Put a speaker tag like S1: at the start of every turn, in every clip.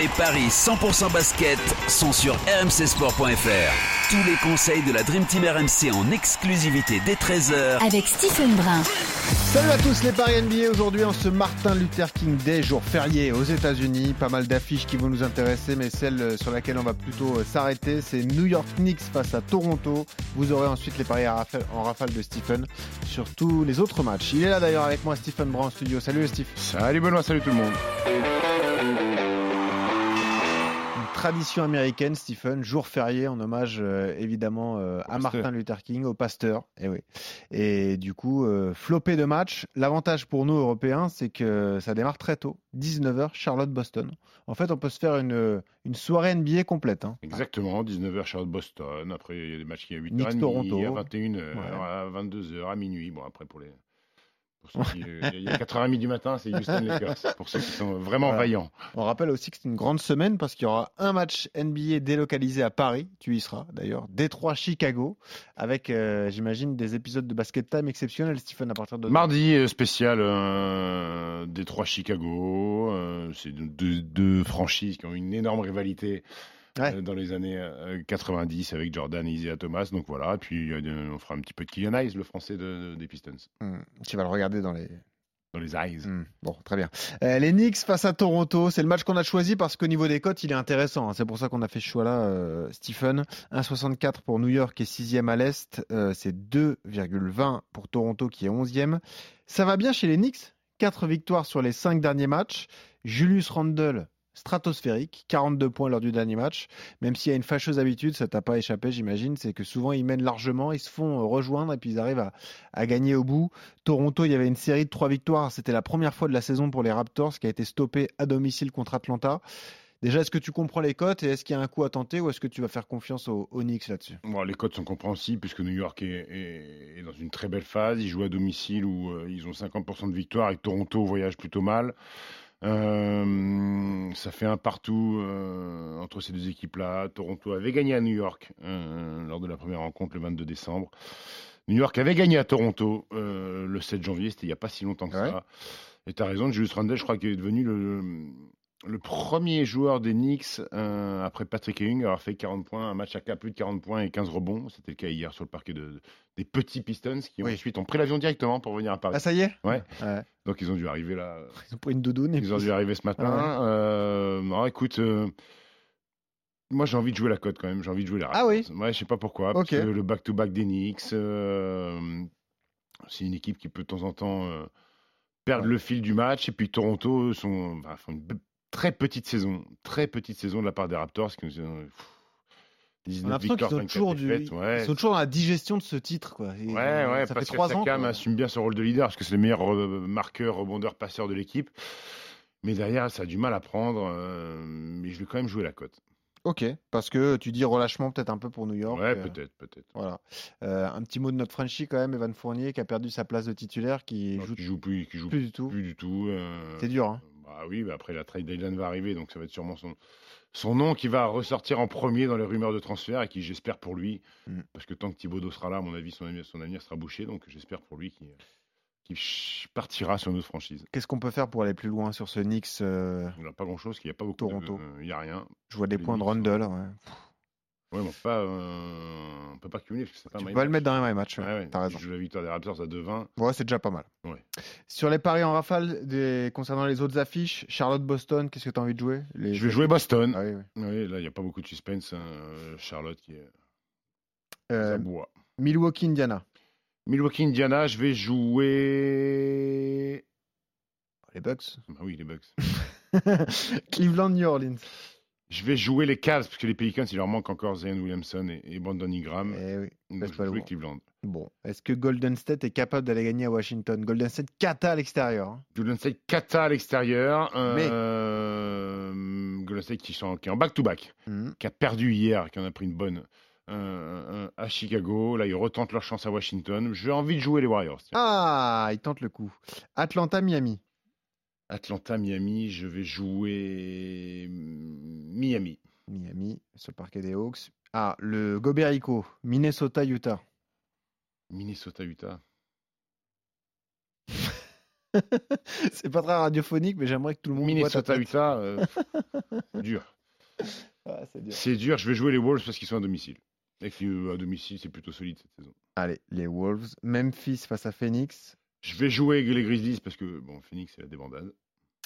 S1: Les paris 100% basket sont sur rmcsport.fr. Tous les conseils de la Dream Team RMC en exclusivité dès 13h
S2: Avec Stephen Brun.
S3: Salut à tous les paris NBA aujourd'hui en ce Martin Luther King Day, jour férié aux États-Unis. Pas mal d'affiches qui vont nous intéresser, mais celle sur laquelle on va plutôt euh, s'arrêter, c'est New York Knicks face à Toronto. Vous aurez ensuite les paris à rafale- en rafale de Stephen sur tous les autres matchs. Il est là d'ailleurs avec moi, Stephen Brun en studio. Salut Stephen.
S4: Salut Benoît, salut tout le monde.
S3: Une tradition américaine, Stephen, jour férié en hommage euh, évidemment euh, à
S4: Pasteur.
S3: Martin Luther King, au pasteur. Et oui. Et du coup, euh, flopé de match. L'avantage pour nous Européens, c'est que ça démarre très tôt, 19h, Charlotte Boston. En fait, on peut se faire une, une soirée NBA complète. hein.
S4: Exactement, 19h Charlotte Boston. Après, il y a des matchs qui à 8h30,
S3: Knicks-Toronto.
S4: à 21h,
S3: Ouais.
S4: à 22h, à minuit. Bon, après, pour les. Pour ceux qui, euh, il y a 4h30 du matin, c'est Houston Lakers. Pour ceux qui sont vraiment
S3: Voilà.
S4: vaillants.
S3: On rappelle aussi que c'est une grande semaine parce qu'il y aura un match NBA délocalisé à Paris. Tu y seras d'ailleurs. Détroit, Chicago, avec euh, j'imagine des épisodes de basket time exceptionnels, Stephen, à partir de
S4: Mardi euh, spécial euh, Détroit Chicago. euh, c'est deux, deux- deux franchises qui ont une énorme rivalité.
S3: Ouais.
S4: euh, Dans les années euh, 90 avec Jordan et Isaiah Thomas, donc voilà. Et puis euh, on fera un petit peu de Killian Hayes, le français de- des Pistons,
S3: Hmm, Tu vas le regarder dans les
S4: dans les eyes.
S3: Hmm, Bon, très bien. Euh, les Knicks face à Toronto, c'est le match qu'on a choisi parce qu'au niveau des cotes, il est intéressant. hein. C'est pour ça qu'on a fait ce choix-là, euh, Stephen. 1,64 pour New York qui est 6e à l'Est. Euh, c'est 2,20 pour Toronto qui est 11e. Ça va bien chez les Knicks. 4 victoires sur les 5 derniers matchs. Julius Randle, stratosphérique, 42 points lors du dernier match. Même s'il y a une fâcheuse habitude, ça t'a pas échappé, j'imagine, c'est que souvent ils mènent largement, ils se font euh, rejoindre et puis ils arrivent à- à gagner au bout. Toronto, il y avait une série de trois victoires. C'était la première fois de la saison pour les Raptors qui a été stoppée à domicile contre Atlanta. Déjà, est-ce que tu comprends les cotes et est-ce qu'il y a un coup à tenter ou est-ce que tu vas faire confiance aux, aux Knicks là-dessus
S4: Bon, les codes sont compréhensibles puisque New York est, est- est dans une très belle phase. Ils jouent à domicile où euh, ils ont 50% de victoire et Toronto voyage plutôt mal. Euh, ça fait un partout euh, entre ces deux équipes-là. Toronto avait gagné à New York euh, lors de la première rencontre le 22 décembre. New York avait gagné à Toronto euh, le 7 janvier, c'était il n'y a pas si longtemps que
S3: Ouais.
S4: ça. Et tu as raison, Julius Randle, je crois qu'il est devenu le, le premier joueur des Knicks euh, après Patrick Ewing avoir fait 40 points, un match à plus de 40 points et 15 rebonds. C'était le cas hier sur le parquet de, des petits Pistons qui
S3: Oui.
S4: ensuite ont pris l'avion directement pour venir à Paris.
S3: Ah, ça y est
S4: Ouais.
S3: ouais.
S4: Donc ils ont dû arriver là. euh,
S3: Ils ont pris une doudoune. et
S4: ils ont
S3: puis-
S4: dû arriver ce matin.
S3: Ah
S4: Euh, non, écoute, euh, moi j'ai envie de jouer la cote quand même. J'ai envie de jouer la.
S3: Ah oui
S4: Raptors. Ouais, je sais pas pourquoi. Parce
S3: Ok.
S4: que le back-to-back des Knicks, euh, c'est une équipe qui peut de temps en temps euh, perdre
S3: Ouais.
S4: le fil du match. Et puis Toronto sont, enfin, font une be- très petite saison, très petite saison de la part des Raptors. Qui nous ont- pff,
S3: On a
S4: 19
S3: l'impression
S4: victoires,
S3: qu'ils ont
S4: 24
S3: toujours du-
S4: défaites, ouais.
S3: ils sont toujours dans la digestion de ce titre. Quoi. Et,
S4: Ouais,
S3: euh,
S4: ouais,
S3: ça fait
S4: parce que
S3: trois ans.
S4: Siakam
S3: quoi.
S4: assume bien son rôle de leader, parce que c'est le meilleur euh, marqueur, rebondeur, passeur de l'équipe. Mais derrière, ça a du mal à prendre, euh, mais je vais quand même jouer la cote.
S3: Ok, parce que tu dis relâchement peut-être un peu pour New York.
S4: Ouais,
S3: euh,
S4: peut-être, peut-être.
S3: Voilà. Euh, un petit mot de notre Frenchie quand même, Evan Fournier qui a perdu sa place de titulaire, qui
S4: Non,
S3: joue
S4: Oh, Qui joue plus, qui joue
S3: plus du tout.
S4: plus du tout. euh,
S3: C'est dur. Hein.
S4: Bah oui, bah après la trade deadline va arriver, donc ça va être sûrement son, son nom qui va ressortir en premier dans les rumeurs de transfert et qui, j'espère pour lui,
S3: Mm.
S4: parce que tant que Thibaudot sera là, à mon avis, son avenir, son avenir sera bouché, donc j'espère pour lui qu'il qu'il partira sur notre franchise.
S3: Qu'est-ce qu'on peut faire pour aller plus loin sur ce Knicks euh,
S4: On n'a pas grand-chose, qu'il n'y a pas beaucoup de-
S3: Toronto.
S4: euh, Il n'y a rien.
S3: Je vois des
S4: Les
S3: points de
S4: Knicks,
S3: Rundle. ouais.
S4: Ouais, mais on peut pas, euh, on peut pas cumuler parce que c'est pas
S3: Tu
S4: un
S3: peux
S4: my
S3: pas le
S4: match.
S3: mettre dans un match. ouais,
S4: Ouais, ouais.
S3: T'as raison.
S4: Si Je joue la victoire des Raptors à 2-20.
S3: Ouais, c'est déjà pas mal.
S4: Ouais.
S3: Sur les paris en rafale, des... concernant les autres affiches, Charlotte-Boston, qu'est-ce que tu as envie de jouer Les-
S4: Je vais jouer Boston.
S3: Ah oui, oui.
S4: Ouais, là, il n'y a pas beaucoup de suspense. hein. Euh, Charlotte qui est
S3: Euh,
S4: ça boit.
S3: Milwaukee-Indiana.
S4: Milwaukee, Indiana, je vais jouer.
S3: Les Bucks.
S4: Bah oui, les Bucks.
S3: Cleveland-New Orleans.
S4: je vais jouer les Cavs parce que les Pelicans, il leur manque encore Zion Williamson et, et Brandon Ingram.
S3: Eh oui.
S4: Donc,
S3: laisse
S4: je
S3: pas
S4: vais
S3: le
S4: jouer
S3: voir.
S4: Cleveland.
S3: Bon, est-ce que Golden State est capable d'aller gagner à Washington Golden State cata à l'extérieur. hein.
S4: Golden State cata à l'extérieur. Euh, State qui, sont, qui est en back-to-back,
S3: Mhm.
S4: qui a perdu hier, qui en a pris une bonne euh, euh, à Chicago. Là, ils retentent leur chance à Washington. J'ai envie de jouer les Warriors. tiens.
S3: Ah, il tente le coup. Atlanta, Miami.
S4: Atlanta, Miami, je vais jouer Miami.
S3: Miami, sur le parquet des Hawks. Ah, le Goberico, Minnesota, Utah.
S4: Minnesota, Utah.
S3: C'est pas très radiophonique, mais j'aimerais que tout le monde. voit ta
S4: Minnesota,
S3: tête.
S4: Utah, euh, dur.
S3: Ah, c'est dur.
S4: C'est dur. Je vais jouer les Wolves parce qu'ils sont à domicile. Et que, euh, à domicile, c'est plutôt solide cette saison.
S3: Allez, les Wolves. Memphis face à Phoenix.
S4: Je vais jouer les Grizzlies parce que, bon, Phoenix, c'est la débandade.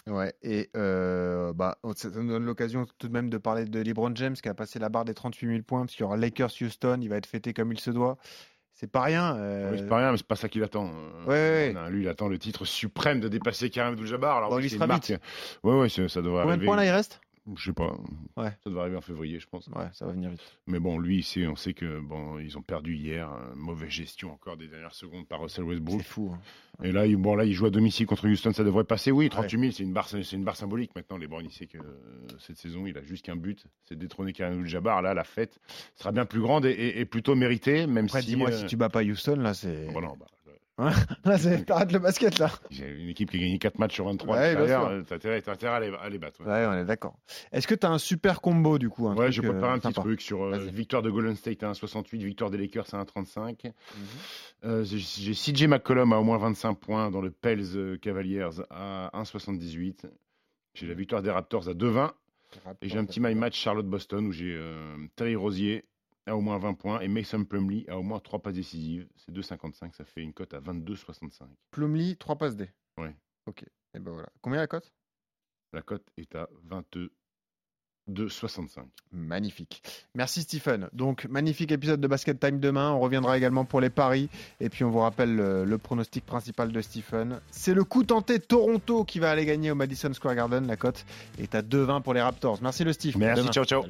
S3: Ouais, et euh, bah, ça nous donne l'occasion tout de même de parler de LeBron James qui a passé la barre des 38 000 points, parce qu'il y aura Lakers-Houston, il va être fêté comme il se doit. C'est pas rien. euh,
S4: Oui, c'est pas rien, mais c'est pas ça qu'il attend. Euh,
S3: ouais, ouais.
S4: non, Lui, il attend le titre suprême de dépasser Karim Abdul-Jabbar. Alors,
S3: Bon,
S4: oui,
S3: il
S4: c'est
S3: sera
S4: une marque. Ouais, ouais, c'est- ça devrait
S3: Combien de
S4: arriver.
S3: points là il reste
S4: Je sais pas.
S3: Ouais.
S4: Ça devrait arriver en février, je pense.
S3: Ouais, ça va venir vite.
S4: Mais bon, lui, il sait, on sait que bon, ils ont perdu hier. euh, mauvaise gestion encore des dernières secondes par Russell
S3: C'est
S4: Westbrook.
S3: fou. hein.
S4: Et là, il, bon, là, il joue à domicile contre Houston, ça devrait passer. Oui, 38 000, c'est une barre, c'est une barre symbolique maintenant. Les Browns, il sait que euh, cette saison, il a juste qu'un but, c'est de détrôner Karim Abdul-Jabbar. Là, la fête sera bien plus grande et, et- et plutôt méritée, même
S3: Après,
S4: si.
S3: dis-moi
S4: euh,
S3: si tu bats pas Houston, là, c'est.
S4: bon, non, bah, euh,
S3: Là, c'est- t'arrêtes le basket, là.
S4: j'ai une équipe qui a gagné 4 matchs sur 23
S3: Ouais,
S4: à l'extérieur,
S3: bien sûr.
S4: euh, t'as intérêt, t'as intérêt à les, à les battre. ouais.
S3: Ouais, on est d'accord. Est-ce que t'as un super combo, du coup un
S4: Ouais,
S3: truc,
S4: je prépare
S3: euh,
S4: un petit
S3: sympa
S4: truc sur euh,
S3: Vas-y.
S4: victoire de Golden State à 1,68, victoire des Lakers à 1,35.
S3: Mhm.
S4: Euh, j'ai- J'ai CJ McCollum à au moins 25 points dans le Pels euh, Cavaliers à 1,78. J'ai la victoire des Raptors à 2,20. Et j'ai un petit my match Charlotte-Boston où j'ai euh, Terry Rosier à au moins 20 points et Mason Plumlee à au moins 3 passes décisives. C'est 2,55, ça fait une cote à 22,65.
S3: Plumlee, 3 passes D.
S4: Ouais.
S3: Ok. Et ben voilà. Combien la cote
S4: La cote est à 22,65.
S3: Magnifique. Merci Stephen. Donc, magnifique épisode de Basket Time demain. On reviendra également pour les paris. Et puis, on vous rappelle euh, le, pronostic principal de Stephen. C'est le coup tenté Toronto qui va aller gagner au Madison Square Garden. La cote est à 2,20 pour les Raptors. Merci le Steve. À
S4: Merci,
S3: demain.
S4: ciao, ciao.